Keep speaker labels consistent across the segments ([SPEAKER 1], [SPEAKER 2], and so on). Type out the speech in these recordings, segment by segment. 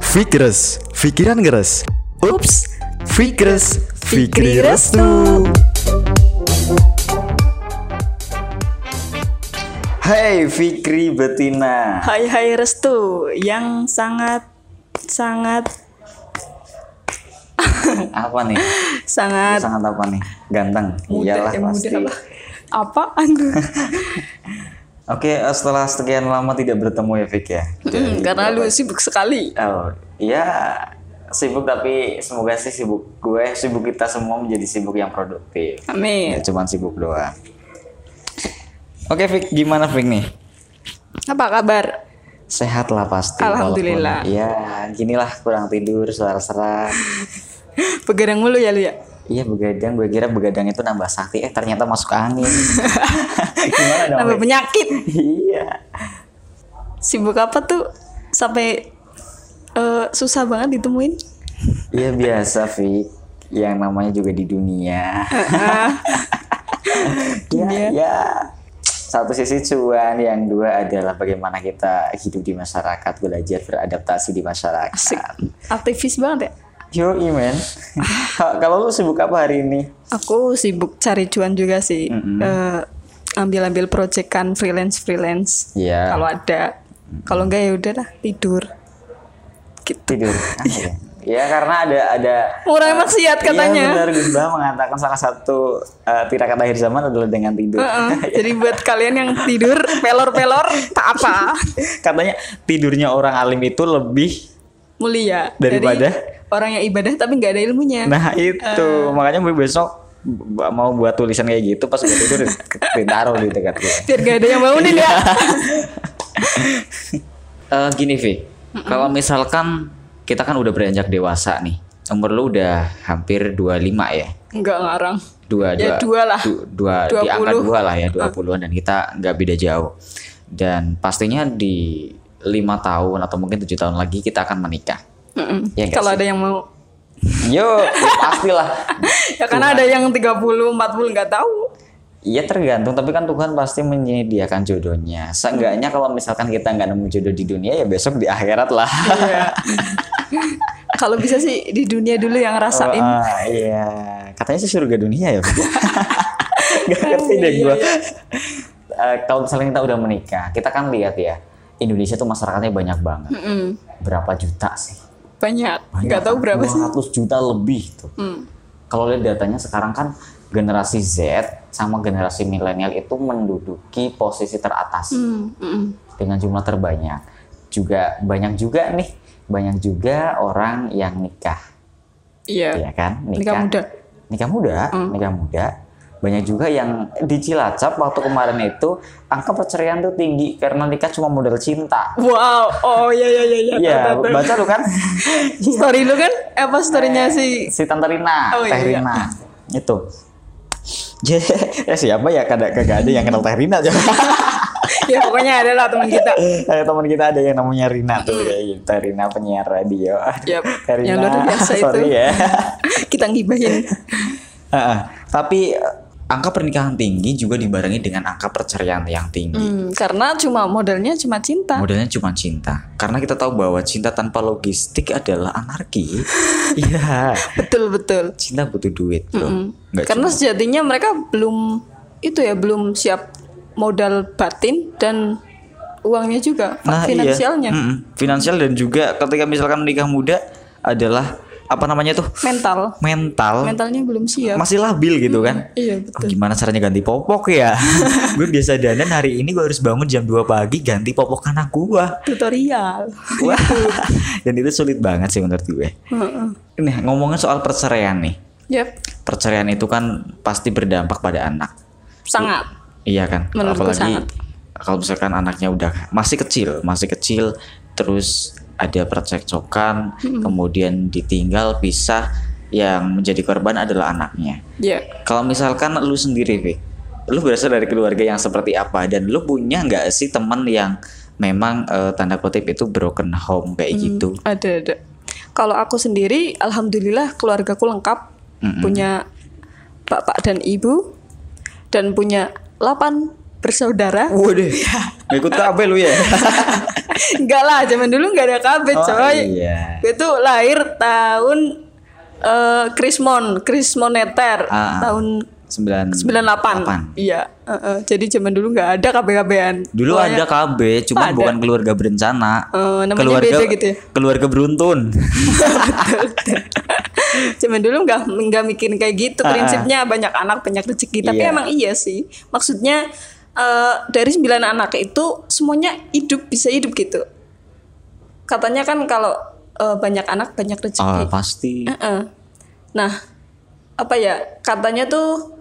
[SPEAKER 1] Fikres, pikiran geres. Ups, Fikres, Fikri
[SPEAKER 2] Fikri Restu.
[SPEAKER 1] Restu. Hai Fikri Betina.
[SPEAKER 2] Hai hai restu yang sangat sangat
[SPEAKER 1] Apa nih?
[SPEAKER 2] sangat
[SPEAKER 1] Sangat apa nih? Ganteng. Iyalah
[SPEAKER 2] eh,
[SPEAKER 1] pasti.
[SPEAKER 2] apa? Apaan tuh?
[SPEAKER 1] Oke, eh, setelah sekian lama tidak bertemu ya Fik ya.
[SPEAKER 2] Hmm, Karena lu sibuk sekali.
[SPEAKER 1] Oh, ya sibuk tapi semoga sih sibuk gue, sibuk kita semua menjadi sibuk yang produktif.
[SPEAKER 2] Amin.
[SPEAKER 1] Nggak cuman sibuk doang. Oke Fik, gimana Fik nih?
[SPEAKER 2] Apa kabar?
[SPEAKER 1] Sehat lah pasti.
[SPEAKER 2] Alhamdulillah.
[SPEAKER 1] walaupun- Iya, ginilah kurang tidur, serak-serak.
[SPEAKER 2] Begadang mulu ya lu ya?
[SPEAKER 1] Iya begadang, gue kira begadang itu nambah sakti, eh ternyata masuk angin. gimana dong?
[SPEAKER 2] Nambah
[SPEAKER 1] Fik?
[SPEAKER 2] penyakit.
[SPEAKER 1] Iya.
[SPEAKER 2] Sibuk apa tuh? Sampai eh, susah banget ditemuin.
[SPEAKER 1] Iya biasa Fik, yang namanya juga di dunia. ya, ya. Satu sisi cuan, yang dua adalah bagaimana kita hidup di masyarakat, belajar beradaptasi di masyarakat.
[SPEAKER 2] Asik. Aktivis banget ya?
[SPEAKER 1] Yo, Iman. Kalau lu sibuk apa hari ini?
[SPEAKER 2] Aku sibuk cari cuan juga sih. Eh, ambil-ambil project kan freelance-freelance.
[SPEAKER 1] Iya.
[SPEAKER 2] Kalau ada. Kalau enggak ya udahlah tidur. Gitu.
[SPEAKER 1] Tidur. Ah, ya. ya karena ada ada eh,
[SPEAKER 2] Murai maksiat katanya.
[SPEAKER 1] Iya benar Gus Bah mengatakan salah satu eh, tirakat akhir zaman adalah dengan tidur.
[SPEAKER 2] Heeh. gitu. Jadi buat kalian yang tidur pelor-pelor tak apa.
[SPEAKER 1] Katanya tidurnya orang alim itu lebih
[SPEAKER 2] Mulia
[SPEAKER 1] Daripada?
[SPEAKER 2] dari orang yang ibadah tapi nggak ada ilmunya.
[SPEAKER 1] Nah itu makanya gue besok b- mau buat tulisan kayak gitu pas gue tidur ditaruh di dekat gue.
[SPEAKER 2] Biar nggak ada yang bangunin ya.
[SPEAKER 3] Eh, gini Vi, kalau misalkan kita kan udah beranjak dewasa nih, umur lu udah hampir 25 ya,
[SPEAKER 2] Nggak ngarang.
[SPEAKER 3] dua
[SPEAKER 2] Ya, dua lah.
[SPEAKER 3] du- dua di angka
[SPEAKER 2] 20.
[SPEAKER 3] dua lah ya,
[SPEAKER 1] Ah.
[SPEAKER 3] 20-an dan kita nggak beda jauh. Dan pastinya di lima tahun atau mungkin tujuh tahun lagi kita akan menikah.
[SPEAKER 2] Mm-mm.
[SPEAKER 3] Ya nggak
[SPEAKER 2] Kalau ada yang mau.
[SPEAKER 1] Yo, ya pastilah.
[SPEAKER 2] Ya karena ada yang 30, 40 nggak tahu.
[SPEAKER 1] Iya tergantung, tapi kan Tuhan pasti menyediakan jodohnya. Seenggaknya kalau misalkan kita nggak nemu jodoh di dunia, ya besok di akhirat lah.
[SPEAKER 2] Iya. Kalau bisa sih di dunia dulu yang ngerasain.
[SPEAKER 1] Wah, iya. Katanya sih surga dunia ya. Bu? Gak ngerti deh
[SPEAKER 2] Iya,
[SPEAKER 1] gue. Eh, kalau misalnya kita udah menikah, kita kan lihat ya, Indonesia tuh masyarakatnya banyak banget.
[SPEAKER 2] Mm-mm.
[SPEAKER 1] Berapa juta sih?
[SPEAKER 2] Banyak.
[SPEAKER 1] Oh, iya.
[SPEAKER 2] Nggak tahu berapa sih.
[SPEAKER 1] 200 juta lebih tuh.
[SPEAKER 2] Mm.
[SPEAKER 1] Kalau lihat datanya sekarang kan generasi Z sama generasi milenial itu menduduki posisi teratas
[SPEAKER 2] Mm, mm-mm.
[SPEAKER 1] dengan jumlah terbanyak. Juga banyak juga nih, banyak juga orang yang nikah,
[SPEAKER 2] Iya.
[SPEAKER 1] ya kan?
[SPEAKER 2] Nikah muda. Hmm.
[SPEAKER 1] nikah muda, nikah muda. Banyak juga yang di Cilacap waktu kemarin itu angka perceraian tuh tinggi karena nikah cuma modal cinta.
[SPEAKER 2] Wow. Oh iya iya iya. iya.
[SPEAKER 1] Iya,
[SPEAKER 2] Tahu, tahu, tahu.
[SPEAKER 1] baca lu kan?
[SPEAKER 2] Story lu kan apa storynya si
[SPEAKER 1] si Tante Rina,
[SPEAKER 2] Oh,
[SPEAKER 1] Teh
[SPEAKER 2] iya.
[SPEAKER 1] Rina. Itu. Ya, ya siapa ya kada kagak ada yang kenal Teh Rina coba.
[SPEAKER 2] ya pokoknya ada lah teman kita
[SPEAKER 1] Ada teman kita ada yang namanya Rina tuh kayak gitu. Teh Rina penyiar radio. Aduh,
[SPEAKER 2] Yap,
[SPEAKER 1] Teh Rina,
[SPEAKER 2] yang luar biasa itu.
[SPEAKER 1] sorry ya.
[SPEAKER 2] kita ngibahin
[SPEAKER 1] Heeh. Tapi eh, angka pernikahan tinggi juga dibarengi dengan angka perceraian yang tinggi.
[SPEAKER 2] Hmm, karena cuma modalnya cuma cinta
[SPEAKER 1] Modelnya cuma cinta. Karena kita tahu bahwa cinta tanpa logistik adalah anarki. Iya.
[SPEAKER 2] betul betul
[SPEAKER 1] cinta butuh duit, Bro.
[SPEAKER 2] Hmm.
[SPEAKER 1] Nggak
[SPEAKER 2] karena sejatinya mereka belum itu ya belum siap modal batin dan uangnya juga
[SPEAKER 1] Nah, iya.
[SPEAKER 2] finansialnya
[SPEAKER 1] Mm-mm. Finansial dan juga ketika misalkan menikah muda adalah apa namanya tuh?
[SPEAKER 2] mental
[SPEAKER 1] mental.
[SPEAKER 2] mentalnya belum siap
[SPEAKER 1] Masih labil gitu kan.
[SPEAKER 2] iya
[SPEAKER 1] Oh,
[SPEAKER 2] betul
[SPEAKER 1] gimana caranya ganti popok ya? gue biasa dandan hari ini gue harus bangun jam 2 pagi ganti popok anak gua.
[SPEAKER 2] tutorial
[SPEAKER 1] Wah. Gitu. dan itu sulit banget sih menurut gue.
[SPEAKER 2] Heeh.
[SPEAKER 1] Nih, ngomongin soal perceraian nih.
[SPEAKER 2] yep
[SPEAKER 1] Perceraian itu kan pasti berdampak pada anak.
[SPEAKER 2] sangat
[SPEAKER 1] Iya kan.
[SPEAKER 2] Menurut gue
[SPEAKER 1] Apalagi
[SPEAKER 2] sangat.
[SPEAKER 1] kalau misalkan anaknya udah masih kecil, masih kecil, terus ada percekcokan, kemudian ditinggal, pisah, yang menjadi korban adalah anaknya.
[SPEAKER 2] ya
[SPEAKER 1] Kalau misalkan lu sendiri, Vic, lu berasal dari keluarga yang seperti apa dan lu punya nggak sih teman yang memang eh, tanda kutip itu broken home kayak gitu?
[SPEAKER 2] ada ada kalau aku sendiri alhamdulillah keluargaku lengkap punya bapak dan ibu dan punya 8 bersaudara
[SPEAKER 1] Waduh,
[SPEAKER 2] Iya.
[SPEAKER 1] ngikut kabeh lu ya.
[SPEAKER 2] Enggak lah, zaman dulu enggak ada KB,
[SPEAKER 1] Oh,
[SPEAKER 2] coy.
[SPEAKER 1] iya.
[SPEAKER 2] Gue tuh lahir tahun eh Krismon, Krismoneter
[SPEAKER 1] Ah, ah.
[SPEAKER 2] tahun
[SPEAKER 1] Sembilan
[SPEAKER 2] 98. Iya, heeh. jadi zaman dulu nggak ada KB-KBan.
[SPEAKER 1] Dulu ada KB, cuman
[SPEAKER 2] Oh, iya. Ada.
[SPEAKER 1] bukan keluarga berencana.
[SPEAKER 2] Eh, namanya
[SPEAKER 1] keluarga
[SPEAKER 2] beda gitu ya?
[SPEAKER 1] keluarga beruntun.
[SPEAKER 2] zaman dulu nggak nggak mikirin kayak gitu
[SPEAKER 1] Ah, ah.
[SPEAKER 2] prinsipnya banyak anak banyak rezeki tapi
[SPEAKER 1] Iya.
[SPEAKER 2] emang iya sih maksudnya eh, dari sembilan anak itu semuanya hidup bisa hidup gitu katanya kan kalau eh, banyak anak banyak rezeki
[SPEAKER 1] Oh, pasti.
[SPEAKER 2] Heeh. Nah, apa ya katanya tuh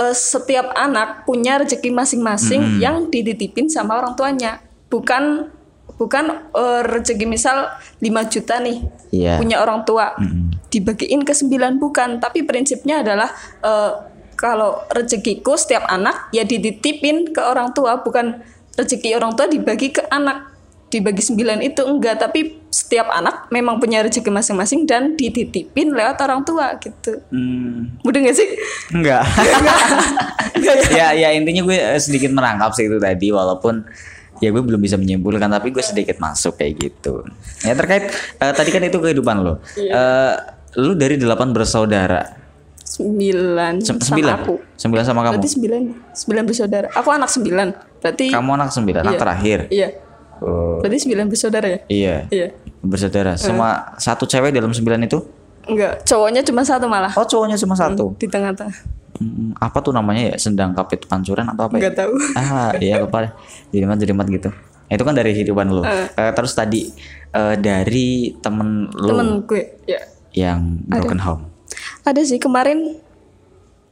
[SPEAKER 2] eh, setiap anak punya rezeki masing-masing yang dititipin sama orang tuanya, bukan bukan eh, rezeki misal 5 juta nih
[SPEAKER 1] Iya.
[SPEAKER 2] punya orang tua dibagiin ke 9 bukan, tapi prinsipnya adalah eh, kalau rezekiku setiap anak ya dititipin ke orang tua, bukan rezeki orang tua dibagi ke anak dibagi sembilan itu enggak tapi setiap anak memang punya rezeki masing-masing dan dititipin lewat orang tua gitu
[SPEAKER 1] Hmm,
[SPEAKER 2] mudah nggak sih
[SPEAKER 1] enggak.
[SPEAKER 2] Enggak ya?
[SPEAKER 1] ya, ya intinya gue eh, sedikit merangkap sih itu tadi walaupun ya gue belum bisa menyimpulkan tapi gue sedikit masuk kayak gitu. Ya terkait eh, tadi kan itu kehidupan lo.
[SPEAKER 2] Iya.
[SPEAKER 1] Eh, lu dari delapan bersaudara.
[SPEAKER 2] sembilan sama
[SPEAKER 1] Sem- Sembilan.
[SPEAKER 2] aku
[SPEAKER 1] Sembilan sama kamu.
[SPEAKER 2] berarti sembilan ya? sembilan bersaudara aku anak sembilan berarti
[SPEAKER 1] Kamu anak sembilan, anak
[SPEAKER 2] Iya.
[SPEAKER 1] terakhir.
[SPEAKER 2] iya
[SPEAKER 1] Oh,
[SPEAKER 2] berarti sembilan bersaudara ya
[SPEAKER 1] iya.
[SPEAKER 2] iya
[SPEAKER 1] Bersaudara. Semua satu cewek dalam sembilan itu?
[SPEAKER 2] enggak cowoknya cuma satu malah
[SPEAKER 1] Oh, cowoknya cuma satu.
[SPEAKER 2] di tengah-tengah
[SPEAKER 1] Hmm, apa tuh namanya ya? Sendang kapit pancuran atau apa ya?
[SPEAKER 2] enggak tahu
[SPEAKER 1] ah iya lupa deh jerimat jerimat gitu itu kan dari kehidupan lu Eh, terus tadi eh, dari temen lu
[SPEAKER 2] temen gue ya
[SPEAKER 1] yang broken home
[SPEAKER 2] ada sih kemarin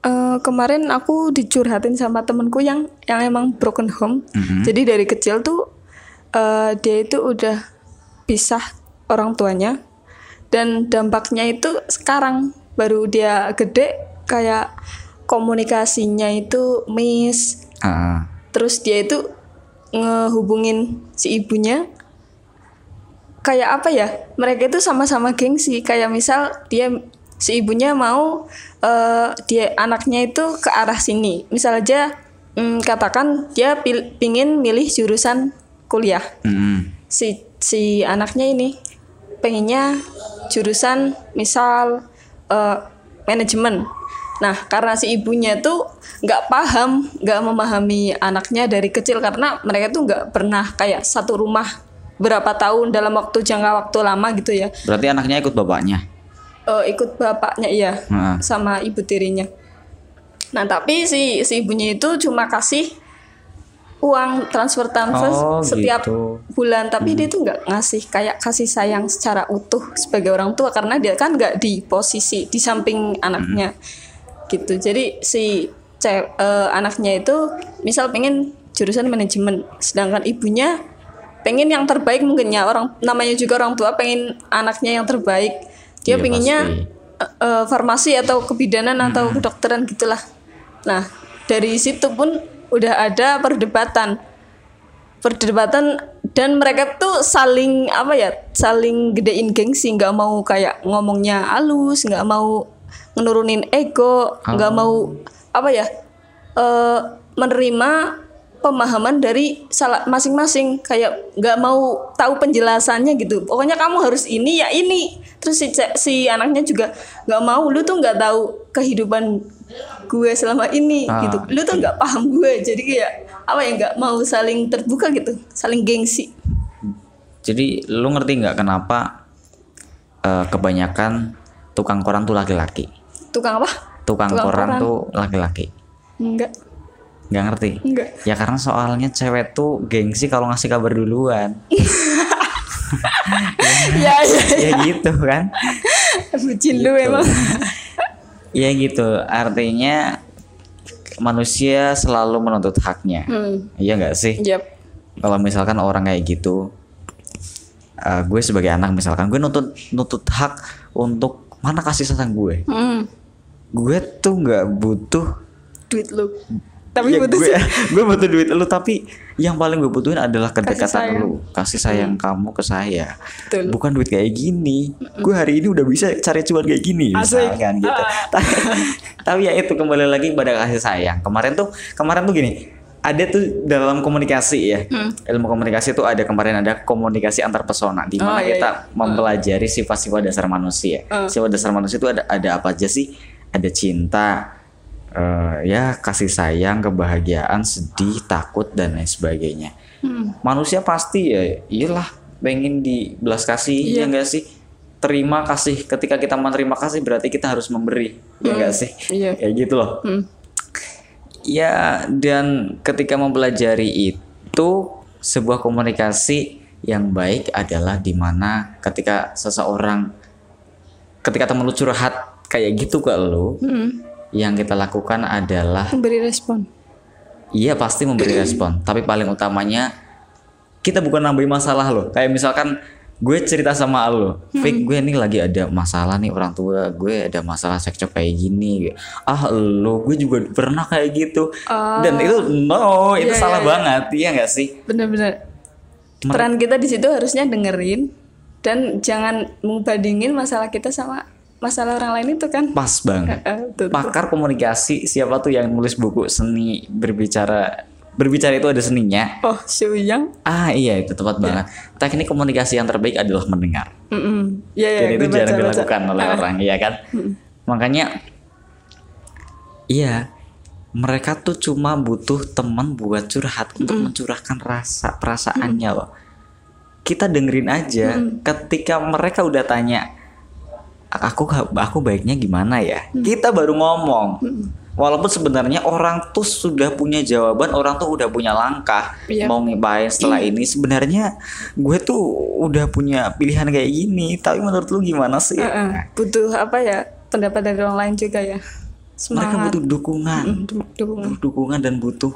[SPEAKER 2] eh, kemarin aku dicurhatin sama temenku yang yang emang broken home jadi dari kecil tuh eh, dia itu udah pisah orang tuanya dan dampaknya itu sekarang baru dia gede kayak komunikasinya itu miss
[SPEAKER 1] Ah,
[SPEAKER 2] terus dia itu ngehubungin si ibunya kayak apa ya mereka itu sama-sama gengsi kayak misal dia si ibunya mau eh, dia anaknya itu ke arah sini misal aja mm, katakan dia pil- pingin milih jurusan kuliah
[SPEAKER 1] mm-mm.
[SPEAKER 2] si si anaknya ini pengennya jurusan misal eh, manajemen. Nah, karena si ibunya tuh nggak paham, nggak memahami anaknya dari kecil karena mereka tuh nggak pernah kayak satu rumah berapa tahun dalam waktu jangka waktu lama gitu ya.
[SPEAKER 1] berarti anaknya ikut bapaknya
[SPEAKER 2] Eh, ikut bapaknya iya
[SPEAKER 1] Heeh.
[SPEAKER 2] sama ibu tirinya. Nah, tapi si si ibunya itu cuma kasih uang transfer transfer
[SPEAKER 1] Oh,
[SPEAKER 2] setiap
[SPEAKER 1] gitu.
[SPEAKER 2] bulan, tapi dia tuh nggak ngasih kayak kasih sayang secara utuh sebagai orang tua karena dia kan nggak di posisi di samping anaknya.
[SPEAKER 1] Hmm.
[SPEAKER 2] Gitu. Jadi si ce- eh, anaknya itu misal pengen jurusan manajemen, sedangkan ibunya pengen yang terbaik mungkinnya orang namanya juga orang tua pengen anaknya yang terbaik. Dia
[SPEAKER 1] Iya,
[SPEAKER 2] pengennya
[SPEAKER 1] pasti. Hmm.
[SPEAKER 2] eh, eh, farmasi atau kebidanan atau kedokteran gitulah. Nah, dari situ pun udah ada perdebatan. Perdebatan dan mereka tuh saling apa ya? Saling gedein gengsi, nggak mau kayak ngomongnya halus, nggak mau ngenurunin ego, nggak mau apa ya? eh, menerima pemahaman dari salah masing-masing kayak nggak mau tahu penjelasannya gitu pokoknya kamu harus ini ya ini terus si, ce- si anaknya juga nggak mau lu tuh nggak tahu kehidupan gue selama ini
[SPEAKER 1] Ah,
[SPEAKER 2] gitu lu tuh nggak paham gue jadi kayak apa ya nggak mau saling terbuka gitu saling gengsi
[SPEAKER 1] jadi lu ngerti nggak kenapa eh, kebanyakan tukang koran tuh laki-laki
[SPEAKER 2] tukang apa
[SPEAKER 1] tukang,
[SPEAKER 2] Tukang
[SPEAKER 1] koran,
[SPEAKER 2] koran.
[SPEAKER 1] tuh laki-laki
[SPEAKER 2] enggak
[SPEAKER 1] nggak ngerti
[SPEAKER 2] enggak
[SPEAKER 1] ya karena soalnya cewek tuh gengsi kalau ngasih kabar duluan
[SPEAKER 2] ya ya
[SPEAKER 1] ya gitu kan
[SPEAKER 2] bucin
[SPEAKER 1] Gitu.
[SPEAKER 2] lu emang
[SPEAKER 1] ya gitu artinya manusia selalu menuntut haknya
[SPEAKER 2] hmm.
[SPEAKER 1] Iya nggak sih?
[SPEAKER 2] yap
[SPEAKER 1] Kalau misalkan orang kayak gitu, eh, gue sebagai anak misalkan gue nutut nutut hak untuk mana kasih sayang gue.
[SPEAKER 2] Hmm.
[SPEAKER 1] Gue tuh nggak butuh.
[SPEAKER 2] duit lu tapi
[SPEAKER 1] Ya,
[SPEAKER 2] butuh
[SPEAKER 1] gue,
[SPEAKER 2] sih
[SPEAKER 1] gue butuh duit lu tapi yang paling gue butuhin adalah
[SPEAKER 2] sayang. Hmm.
[SPEAKER 1] kedekatan lu, kasih sayang kamu ke saya.
[SPEAKER 2] Betul. Hmm.
[SPEAKER 1] Bukan duit kayak gini. Gue hari ini udah bisa cari cuan kayak gini
[SPEAKER 2] Asik. Ah.
[SPEAKER 1] misalkan gitu. Tapi, tapi ya itu kembali lagi pada kasih sayang. Kemarin tuh kemarin tuh gini, ada tuh dalam komunikasi ya
[SPEAKER 2] Hmm.
[SPEAKER 1] ilmu komunikasi tuh ada kemarin ada komunikasi antar pesona di
[SPEAKER 2] Oh,
[SPEAKER 1] mana
[SPEAKER 2] iya,
[SPEAKER 1] kita
[SPEAKER 2] iya.
[SPEAKER 1] mempelajari sifat-sifat dasar manusia sifat dasar manusia itu ada ada apa aja sih ada cinta eh, ya kasih sayang kebahagiaan sedih takut dan lain sebagainya manusia pasti ya iyalah pengen dibelas kasih ya enggak sih terima kasih ketika kita menerima kasih berarti kita harus memberi ya enggak sih
[SPEAKER 2] Iya.
[SPEAKER 1] kayak gitu loh
[SPEAKER 2] Hmm.
[SPEAKER 1] Ya, dan ketika mempelajari itu sebuah komunikasi yang baik adalah di mana ketika seseorang ketika temen lu curhat kayak gitu ke lu, yang kita lakukan adalah
[SPEAKER 2] Memberi respon.
[SPEAKER 1] Iya pasti memberi respon, tapi paling utamanya kita bukan nambahin masalah loh. Kayak misalkan gue cerita sama lo,
[SPEAKER 2] Hmm.
[SPEAKER 1] Fik gue ini lagi ada masalah nih orang tua gue ada masalah cekcok kayak gini. Ah lo gue juga pernah kayak gitu. Dan itu
[SPEAKER 2] Oh.
[SPEAKER 1] no, itu
[SPEAKER 2] Iya, iya,
[SPEAKER 1] salah
[SPEAKER 2] iya.
[SPEAKER 1] banget, iya nggak sih?
[SPEAKER 2] Benar-benar. Peran kita di situ harusnya dengerin dan jangan ngebandingin masalah kita sama masalah orang lain itu kan.
[SPEAKER 1] Pas banget.
[SPEAKER 2] Eh, tuh.
[SPEAKER 1] Pakar komunikasi siapa tuh yang nulis buku seni berbicara berbicara itu ada seninya.
[SPEAKER 2] Oh, Suyang.
[SPEAKER 1] Ah iya itu tepat banget. Teknik komunikasi yang terbaik adalah mendengar.
[SPEAKER 2] Mm Ya, ya,
[SPEAKER 1] dan itu
[SPEAKER 2] gue baca-baca.
[SPEAKER 1] jarang
[SPEAKER 2] Ah,
[SPEAKER 1] dilakukan oleh orang ya kan makanya iya mereka tuh cuma butuh teman buat curhat untuk mencurahkan rasa perasaannya loh kita dengerin aja ketika mereka udah tanya aku aku baiknya gimana ya kita baru ngomong walaupun sebenarnya orang tuh sudah punya jawaban orang tuh udah punya langkah
[SPEAKER 2] Iya.
[SPEAKER 1] mau ngibain setelah ini sebenarnya gue tuh udah punya pilihan kayak gini tapi menurut lu gimana sih
[SPEAKER 2] Eh, eh. Butuh apa ya? Pendapat dari orang lain juga ya.
[SPEAKER 1] mereka
[SPEAKER 2] Semangat.
[SPEAKER 1] butuh dukungan
[SPEAKER 2] Mm, du- dukungan.
[SPEAKER 1] butuh dukungan dan butuh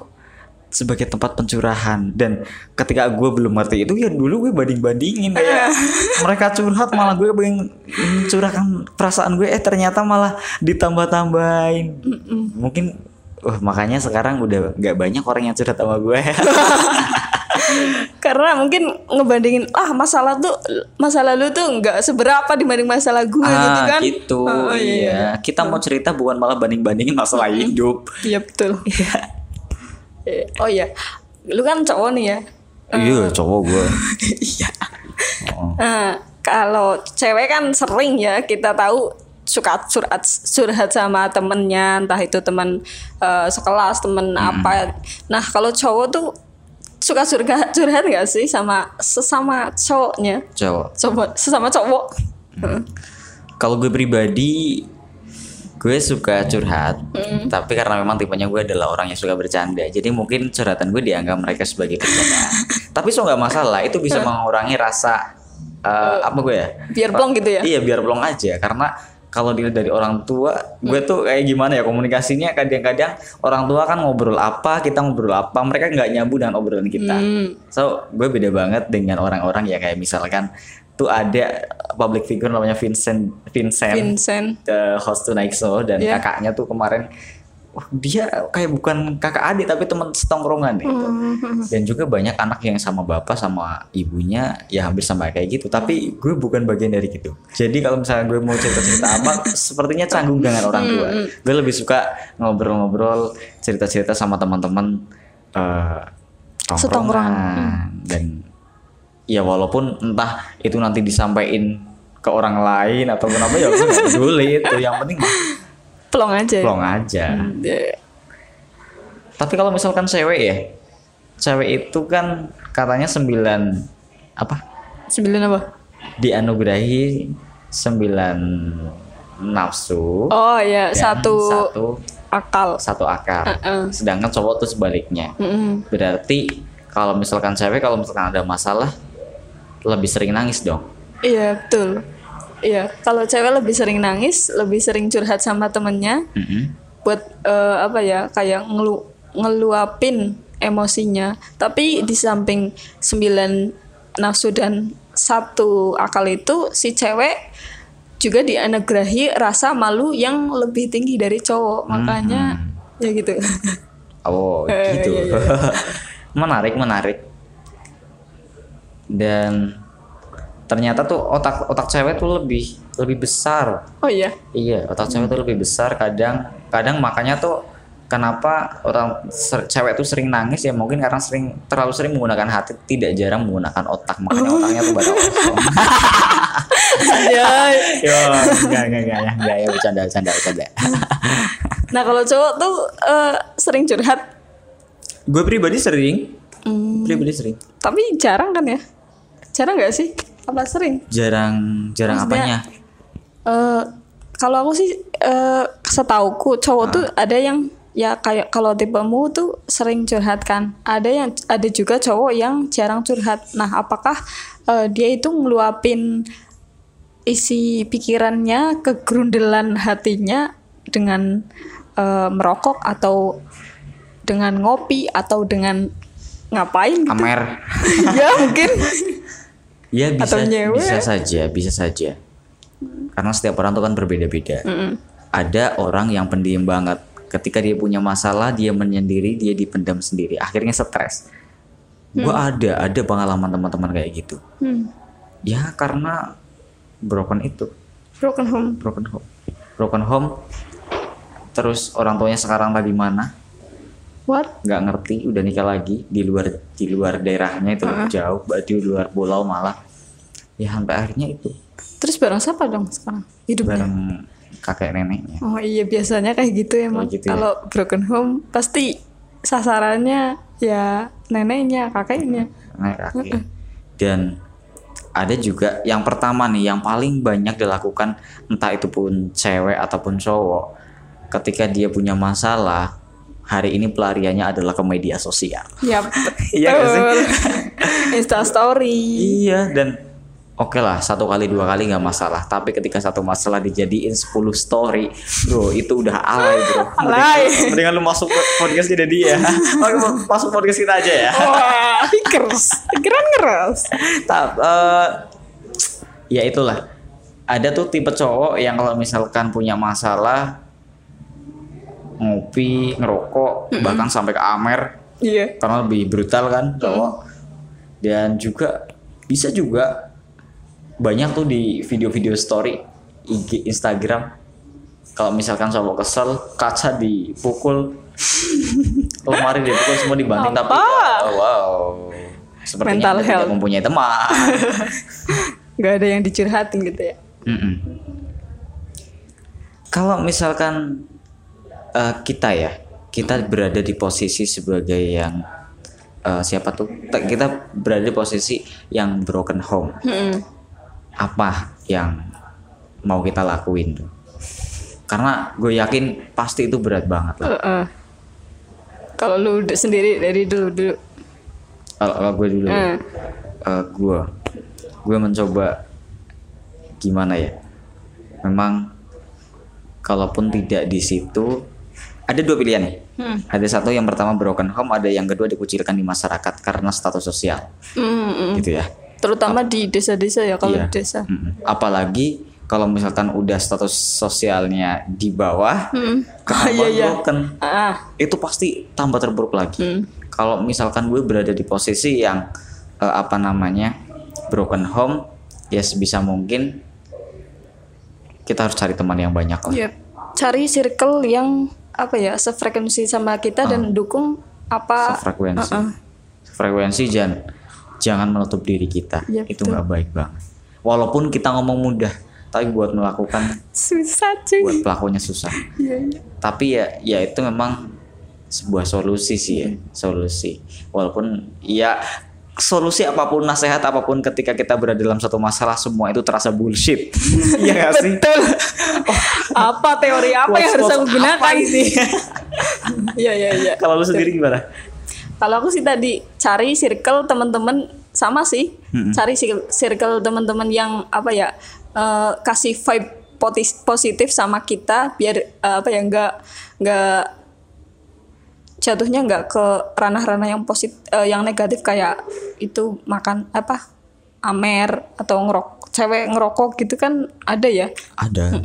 [SPEAKER 1] sebagai tempat pencurahan dan ketika gue belum ngerti itu ya dulu gue banding bandingin
[SPEAKER 2] Eh.
[SPEAKER 1] kayak mereka curhat malah gue pengen mencurahkan perasaan gue eh ternyata malah ditambah tambahin mungkin wah makanya sekarang udah nggak banyak orang yang curhat sama gue
[SPEAKER 2] Karena mungkin ngebandingin ah masalah tuh masa lalu tuh nggak seberapa dibanding masalah gue gitu kan.
[SPEAKER 1] gitu
[SPEAKER 2] Oh,
[SPEAKER 1] iya. kita
[SPEAKER 2] Ah.
[SPEAKER 1] mau cerita bukan malah banding bandingin masalah hidup
[SPEAKER 2] Iya betul. Eh, oh iya. Lu kan cowok nih ya.
[SPEAKER 1] iya cowok gue Oh.
[SPEAKER 2] Eh, kalau cewek kan sering ya kita tahu suka curhat curhat sama temennya entah itu teman eh, sekelas teman
[SPEAKER 1] Hmm.
[SPEAKER 2] apa nah kalau cowok tuh suka curhat curhat nggak sih sama sesama cowoknya
[SPEAKER 1] cowok
[SPEAKER 2] coba sesama cowok
[SPEAKER 1] kalau gue pribadi gue suka curhat
[SPEAKER 2] Mm.
[SPEAKER 1] tapi karena memang tipenya gue adalah orang yang suka bercanda jadi mungkin curhatan gue dianggap mereka sebagai bercandaan tapi so nggak masalah itu bisa mengurangi rasa eh, apa gue ya
[SPEAKER 2] biar plong gitu ya
[SPEAKER 1] iya biar plong aja karena kalau dilihat dari orang tua gue tuh kayak gimana ya komunikasinya kadang-kadang orang tua kan ngobrol apa kita ngobrol apa mereka nggak nyambung dengan obrolan kita so gue beda banget dengan orang-orang ya kayak misalkan tuh ada public figure namanya Vincent Vincent,
[SPEAKER 2] Vincent
[SPEAKER 1] the host Tonight Show dan
[SPEAKER 2] Iya.
[SPEAKER 1] kakaknya tuh kemarin wah, dia kayak bukan kakak adik tapi teman setongkrongan gitu. Dan juga banyak anak yang sama bapak sama ibunya ya hampir sama kayak gitu. Tapi gue bukan bagian dari gitu. Jadi kalau misalnya gue mau cerita-cerita apa sepertinya canggung dengan orang tua. Gue lebih suka ngobrol-ngobrol cerita-cerita sama teman-teman eh
[SPEAKER 2] Hmm.
[SPEAKER 1] tongkrongan nah, dan ya walaupun entah itu nanti disampaikan ke orang lain atau kenapa ya gue nggak peduli itu yang penting mah
[SPEAKER 2] plong aja
[SPEAKER 1] plong aja
[SPEAKER 2] Iya.
[SPEAKER 1] tapi kalau misalkan cewek ya cewek itu kan katanya sembilan apa
[SPEAKER 2] sembilan apa
[SPEAKER 1] dianugerahi sembilan nafsu
[SPEAKER 2] oh ya
[SPEAKER 1] dan
[SPEAKER 2] satu,
[SPEAKER 1] satu
[SPEAKER 2] akal
[SPEAKER 1] satu akar
[SPEAKER 2] Uh-uh.
[SPEAKER 1] sedangkan cowok tuh sebaliknya
[SPEAKER 2] Mm-mm.
[SPEAKER 1] berarti kalau misalkan cewek kalau misalkan ada masalah lebih sering nangis dong
[SPEAKER 2] Iya betul. Iya kalau cewek lebih sering nangis, lebih sering curhat sama temennya,
[SPEAKER 1] Mm-mm.
[SPEAKER 2] buat eh, apa ya kayak ngelu ngeluapin emosinya. Tapi di samping sembilan nafsu dan satu akal itu si cewek juga dianugerahi rasa malu yang lebih tinggi dari cowok makanya
[SPEAKER 1] Hmm.
[SPEAKER 2] ya gitu
[SPEAKER 1] Oh
[SPEAKER 2] Eh,
[SPEAKER 1] gitu.
[SPEAKER 2] iya,
[SPEAKER 1] menarik menarik. Dan ternyata tuh otak otak cewek tuh lebih lebih besar.
[SPEAKER 2] oh iya
[SPEAKER 1] Iya otak cewek tuh lebih besar. Kadang kadang makanya tuh kenapa orang ser- cewek tuh sering nangis ya mungkin karena sering terlalu sering menggunakan hati tidak jarang menggunakan otak makanya otaknya tuh bakal kosong
[SPEAKER 2] Anjay.
[SPEAKER 1] yo enggak enggak enggak enggak, enggak ya bercanda bercanda bercanda
[SPEAKER 2] nah kalau cowok tuh eh, sering curhat
[SPEAKER 1] gue pribadi sering pribadi sering
[SPEAKER 2] tapi jarang kan ya jarang nggak sih apa sering
[SPEAKER 1] jarang jarang
[SPEAKER 2] Maksudnya,
[SPEAKER 1] apanya
[SPEAKER 2] eh kalau aku sih eh setauku cowok tuh ada yang ya kayak kalau tipemu tuh sering curhat kan. Ada yang ada juga cowok yang jarang curhat. Nah, apakah eh, dia itu ngeluapin isi pikirannya, kegerundelan hatinya dengan eh, merokok atau dengan ngopi atau dengan ngapain gitu.
[SPEAKER 1] amer
[SPEAKER 2] ya mungkin.
[SPEAKER 1] ya bisa
[SPEAKER 2] Atau nyewe.
[SPEAKER 1] bisa saja bisa saja karena setiap orang tuh kan berbeda-beda ada orang yang pendiam banget ketika dia punya masalah dia menyendiri dia dipendam sendiri akhirnya stres
[SPEAKER 2] Mm.
[SPEAKER 1] gue ada ada pengalaman teman-teman kayak gitu
[SPEAKER 2] Hmm,
[SPEAKER 1] ya karena broken itu
[SPEAKER 2] broken home.
[SPEAKER 1] broken home broken home terus orang tuanya sekarang tadi mana
[SPEAKER 2] What?
[SPEAKER 1] nggak ngerti udah nikah lagi di luar di luar daerahnya itu jauh di luar pulau malah ya sampai akhirnya itu
[SPEAKER 2] Terus bareng siapa dong sekarang? Hidupnya.
[SPEAKER 1] bareng kakek neneknya
[SPEAKER 2] Oh iya biasanya kayak gitu emang.
[SPEAKER 1] Kayak gitu ya.
[SPEAKER 2] Kalau broken home pasti sasarannya ya neneknya, kakeknya.
[SPEAKER 1] nenek kakek dan ada juga yang pertama nih yang paling banyak dilakukan entah itu pun cewek ataupun cowok ketika dia punya masalah hari ini pelariannya adalah ke media sosial
[SPEAKER 2] Ya.
[SPEAKER 1] Iya nggak sih?
[SPEAKER 2] Insta story.
[SPEAKER 1] Iya dan oke lah satu kali dua kali nggak masalah tapi ketika satu masalah dijadiin 10 story bro itu udah alay bro
[SPEAKER 2] Alay.
[SPEAKER 1] mendingan, mendingan lu masuk pod- podcast jadi dia Oke, ma- masuk podcast kita aja ya
[SPEAKER 2] Wah, keras. Keren keras.
[SPEAKER 1] Ta- eh, ya itulah ada tuh tipe cowok yang kalau misalkan punya masalah ngopi ngerokok bahkan sampai ke amer
[SPEAKER 2] Iya.
[SPEAKER 1] karena lebih brutal kan cowok dan juga bisa juga banyak tuh di video-video story IG Instagram kalau misalkan cowok kesel kaca dipukul lemari dipukul semua dibanting tapi
[SPEAKER 2] Apa?
[SPEAKER 1] oh, wow sepertinya
[SPEAKER 2] Mental
[SPEAKER 1] Anda tidak
[SPEAKER 2] health.
[SPEAKER 1] mempunyai teman
[SPEAKER 2] Gak ada yang dicurhatin gitu ya.
[SPEAKER 1] Mm-mm. kalau misalkan eh, kita ya kita berada di posisi sebagai yang eh, siapa tuh Te- kita berada di posisi yang broken home
[SPEAKER 2] Mm-mm.
[SPEAKER 1] apa yang mau kita lakuin tuh karena gue yakin pasti itu berat banget lah
[SPEAKER 2] Heeh. Kalau lu d- sendiri dari dulu dulu.
[SPEAKER 1] kalau kalau gue dulu ya.
[SPEAKER 2] Hmm.
[SPEAKER 1] eh, gue gue mencoba gimana ya memang kalaupun tidak di situ ada dua pilihan nih
[SPEAKER 2] Hmm.
[SPEAKER 1] ada satu yang pertama broken home ada yang kedua dikucilkan di masyarakat karena status sosial
[SPEAKER 2] Mm-mm.
[SPEAKER 1] gitu ya
[SPEAKER 2] Terutama di desa-desa ya kalau di
[SPEAKER 1] Iya.
[SPEAKER 2] desa.
[SPEAKER 1] Mm-mm. apalagi kalau misalkan udah status sosialnya di bawah
[SPEAKER 2] Mm.
[SPEAKER 1] ketambah
[SPEAKER 2] Ah, iya, iya.
[SPEAKER 1] broken
[SPEAKER 2] Ah,
[SPEAKER 1] itu pasti tambah terburuk lagi
[SPEAKER 2] Hmm.
[SPEAKER 1] kalau misalkan gue berada di posisi yang eh, apa namanya broken home ya sebisa mungkin kita harus cari teman yang banyak lah
[SPEAKER 2] Yep. Iya. Cari circle yang apa ya sefrekuensi sama kita dan
[SPEAKER 1] Ah.
[SPEAKER 2] dukung apa
[SPEAKER 1] sefrekuensi
[SPEAKER 2] Uh-uh.
[SPEAKER 1] sefrekuensi jangan jangan menutup diri kita
[SPEAKER 2] Iya,
[SPEAKER 1] itu
[SPEAKER 2] betul.
[SPEAKER 1] nggak baik banget walaupun kita ngomong mudah tapi buat melakukan
[SPEAKER 2] susah cuy.
[SPEAKER 1] buat pelakunya susah
[SPEAKER 2] Iya, iya.
[SPEAKER 1] tapi ya ya itu memang sebuah solusi sih ya solusi walaupun ya solusi apapun nasihat apapun ketika kita berada dalam satu masalah semua itu terasa bullshit iya nggak sih
[SPEAKER 2] Betul. apa teori apa yang harus aku
[SPEAKER 1] Quotes-quotes
[SPEAKER 2] gunakan
[SPEAKER 1] apa
[SPEAKER 2] sih? Iya iya iya.
[SPEAKER 1] kalau lu sendiri gimana
[SPEAKER 2] Kalau aku sih tadi cari circle teman-teman sama sih. Cari sir- circle teman-teman yang apa ya eh, kasih vibe potis- positif sama kita biar eh, apa ya nggak nggak jatuhnya nggak ke ranah-ranah yang positif yang negatif kayak itu makan apa amer atau ngerok cewek ngerokok gitu kan ada ya
[SPEAKER 1] ada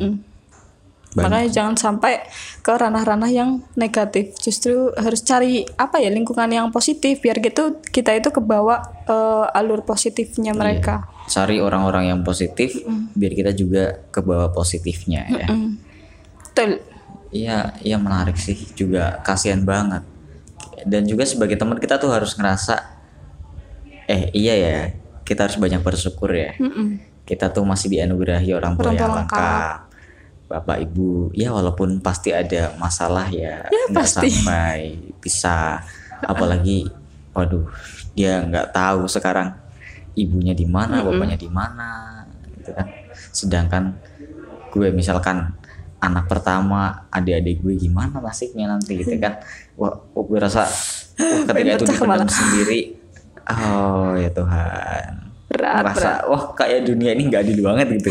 [SPEAKER 2] makanya jangan sampai ke ranah-ranah yang negatif justru harus cari apa ya lingkungan yang positif biar gitu kita itu kebawa eh, alur positifnya mereka
[SPEAKER 1] cari orang-orang Hmm. yang positif biar kita juga ke bawah positifnya ya
[SPEAKER 2] betul
[SPEAKER 1] Iya, iya menarik sih juga kasihan banget. Dan juga sebagai teman kita tuh harus ngerasa eh iya ya, kita harus banyak bersyukur ya. Kita tuh masih dianugerahi orang tua
[SPEAKER 2] Orang tua
[SPEAKER 1] yang
[SPEAKER 2] lengkap.
[SPEAKER 1] lengkap. Bapak Ibu, ya walaupun pasti ada masalah ya,
[SPEAKER 2] Ya,
[SPEAKER 1] nggak
[SPEAKER 2] pasti.
[SPEAKER 1] sampai pisah. Apalagi waduh, dia nggak tahu sekarang ibunya di mana, bapaknya di mana gitu kan. Sedangkan gue misalkan anak pertama adik-adik gue gimana nasibnya nanti gitu kan wah, wah, gue rasa wah, ketika
[SPEAKER 2] Pengen
[SPEAKER 1] itu
[SPEAKER 2] pecah
[SPEAKER 1] dipendam
[SPEAKER 2] kepala.
[SPEAKER 1] sendiri oh ya Tuhan
[SPEAKER 2] Berat,
[SPEAKER 1] Merasa, wah kayak dunia ini nggak ya. adil banget gitu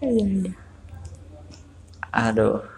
[SPEAKER 2] Iya, iya.
[SPEAKER 1] aduh